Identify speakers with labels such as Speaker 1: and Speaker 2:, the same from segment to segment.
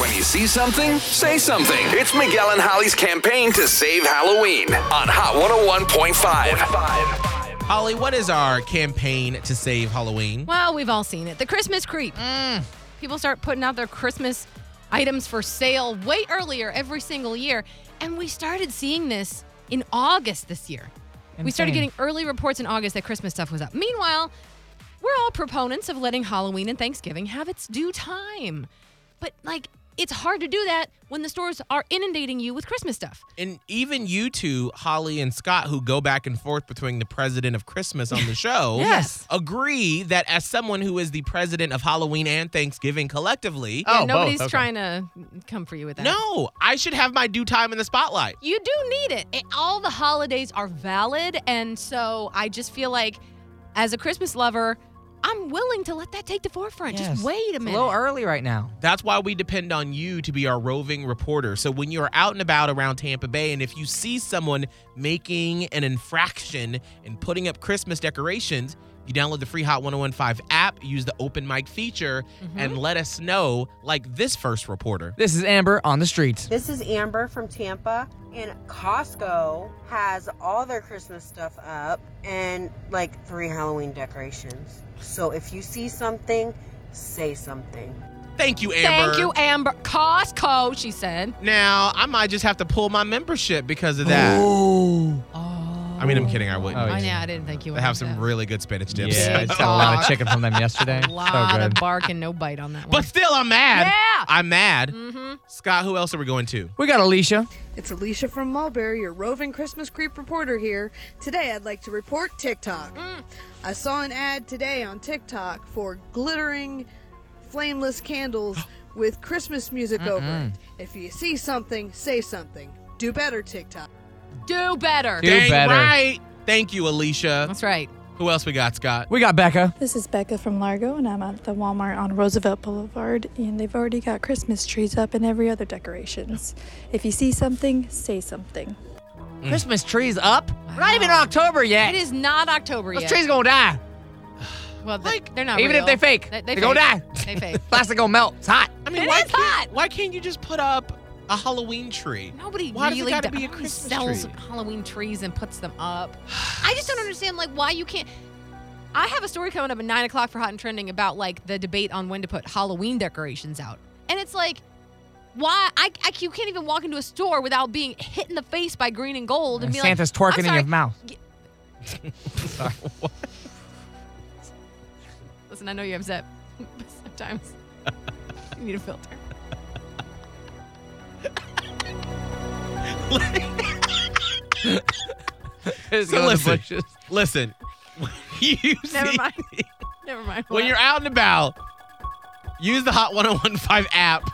Speaker 1: When you see something, say something. It's Miguel and Holly's campaign to save Halloween on Hot 101.5.
Speaker 2: Holly, what is our campaign to save Halloween?
Speaker 3: Well, we've all seen it. The Christmas creep. People start putting out their Christmas items for sale way earlier every single year. And we started seeing this in August this year. We started getting early reports in August that Christmas stuff was up. Meanwhile, we're all proponents of letting Halloween and Thanksgiving have its due time. But, like, it's hard to do that when the stores are inundating you with Christmas stuff.
Speaker 2: And even you two, Holly and Scott, who go back and forth between the president of Christmas on the show,
Speaker 3: Yes.
Speaker 2: agree that as someone who is the president of Halloween and Thanksgiving collectively,
Speaker 3: yeah, nobody's trying to come for you with that.
Speaker 2: Oh, no, I should have my due time in the spotlight.
Speaker 3: You do need it. it. All the holidays are valid. And so I just feel like, as a Christmas lover, I'm willing to let that take the forefront. Just wait a
Speaker 4: It's a
Speaker 3: minute.
Speaker 4: little early right now.
Speaker 2: That's why we depend on you to be our roving reporter. So when you're out and about around Tampa Bay and if you see someone making an infraction and putting up Christmas decorations, you download the free Hot 1015 app, use the open mic feature, and let us know, like this first reporter.
Speaker 4: This is Amber on the streets.
Speaker 5: This is Amber from Tampa, and Costco has all their Christmas stuff up and like three Halloween decorations. So if you see something, say something.
Speaker 2: Thank you, Amber.
Speaker 3: Thank you, Amber. Costco, she said.
Speaker 2: Now, I might just have to pull my membership because of that.
Speaker 3: Oh.
Speaker 2: I mean, I'm kidding. I wouldn't.
Speaker 6: Oh,
Speaker 3: I
Speaker 6: yeah.
Speaker 3: know. I didn't think you would.
Speaker 2: They have
Speaker 3: do
Speaker 2: some
Speaker 3: that.
Speaker 2: really good spinach dips.
Speaker 6: Yeah, I
Speaker 3: Sick
Speaker 6: just had a lot
Speaker 3: dog.
Speaker 6: of chicken from them yesterday.
Speaker 3: A lot
Speaker 6: so
Speaker 3: of
Speaker 6: good.
Speaker 3: bark and no bite on that one.
Speaker 2: But still, I'm mad.
Speaker 3: Yeah.
Speaker 2: I'm mad.
Speaker 3: Mhm.
Speaker 2: Scott, who else are we going to?
Speaker 4: We got Alicia.
Speaker 7: It's Alicia from Mulberry, your roving Christmas creep reporter here. Today I'd like to report TikTok. I saw an ad today on TikTok for glittering flameless candles with Christmas music over it. If you see something, say something. Do better, TikTok.
Speaker 3: do better.
Speaker 4: Do
Speaker 2: Dang
Speaker 4: better.
Speaker 2: right. Thank you, Alicia.
Speaker 3: That's right.
Speaker 2: Who else we got, Scott?
Speaker 4: We got Becca.
Speaker 8: This is Becca from Largo, and I'm at the Walmart on Roosevelt Boulevard, and they've already got Christmas trees up and every other decorations. If you see something, say something.
Speaker 3: Mm.
Speaker 4: Christmas trees up. We're not even in October
Speaker 3: It
Speaker 4: yet.
Speaker 3: is not October
Speaker 4: Those
Speaker 3: yet.
Speaker 4: trees gonna die.
Speaker 3: well, they-
Speaker 2: Like,
Speaker 3: they're not.
Speaker 4: even if
Speaker 3: real.
Speaker 4: they fake,
Speaker 3: they, they
Speaker 4: they gonna
Speaker 3: fake.
Speaker 4: die.
Speaker 3: They fake.
Speaker 4: Plastic gonna melt. It's hot.
Speaker 2: I mean,
Speaker 3: It
Speaker 2: why
Speaker 3: is
Speaker 2: can't,
Speaker 3: hot.
Speaker 2: Why can't you just put up a Halloween tree?
Speaker 3: Nobody
Speaker 2: why
Speaker 3: really
Speaker 2: does it gotta
Speaker 3: do-
Speaker 2: be a
Speaker 3: nobody
Speaker 2: Christmas
Speaker 3: sells
Speaker 2: tree?
Speaker 3: Halloween trees and puts them up. I just don't understand like why you can't. I have a story coming up at nine o'clock for Hot and Trending about like the debate on when to put Halloween decorations out, and it's like, why I, I you can't even walk into a store without being hit in the face by green and gold and be
Speaker 4: Santa's
Speaker 3: like, I'm
Speaker 4: twerking in your
Speaker 3: sorry.
Speaker 4: mouth.
Speaker 3: Listen, I know you're upset, but sometimes you need a filter.
Speaker 2: So
Speaker 4: Just go in the
Speaker 2: listen.
Speaker 4: bushes.
Speaker 2: Listen, when you
Speaker 3: Never
Speaker 2: see-
Speaker 3: mind. Never mind.
Speaker 2: When you're out and about, use the Hot 1015 app.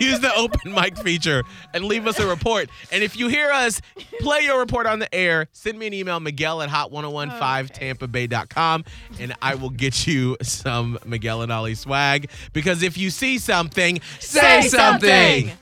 Speaker 2: Use the open mic feature and leave us a report. And if you hear us, play your report on the air. Send me an email, Miguel at hot1015tampabay.com, and I will get you some Miguel and Ollie swag. Because if you see something, say,
Speaker 3: Say something.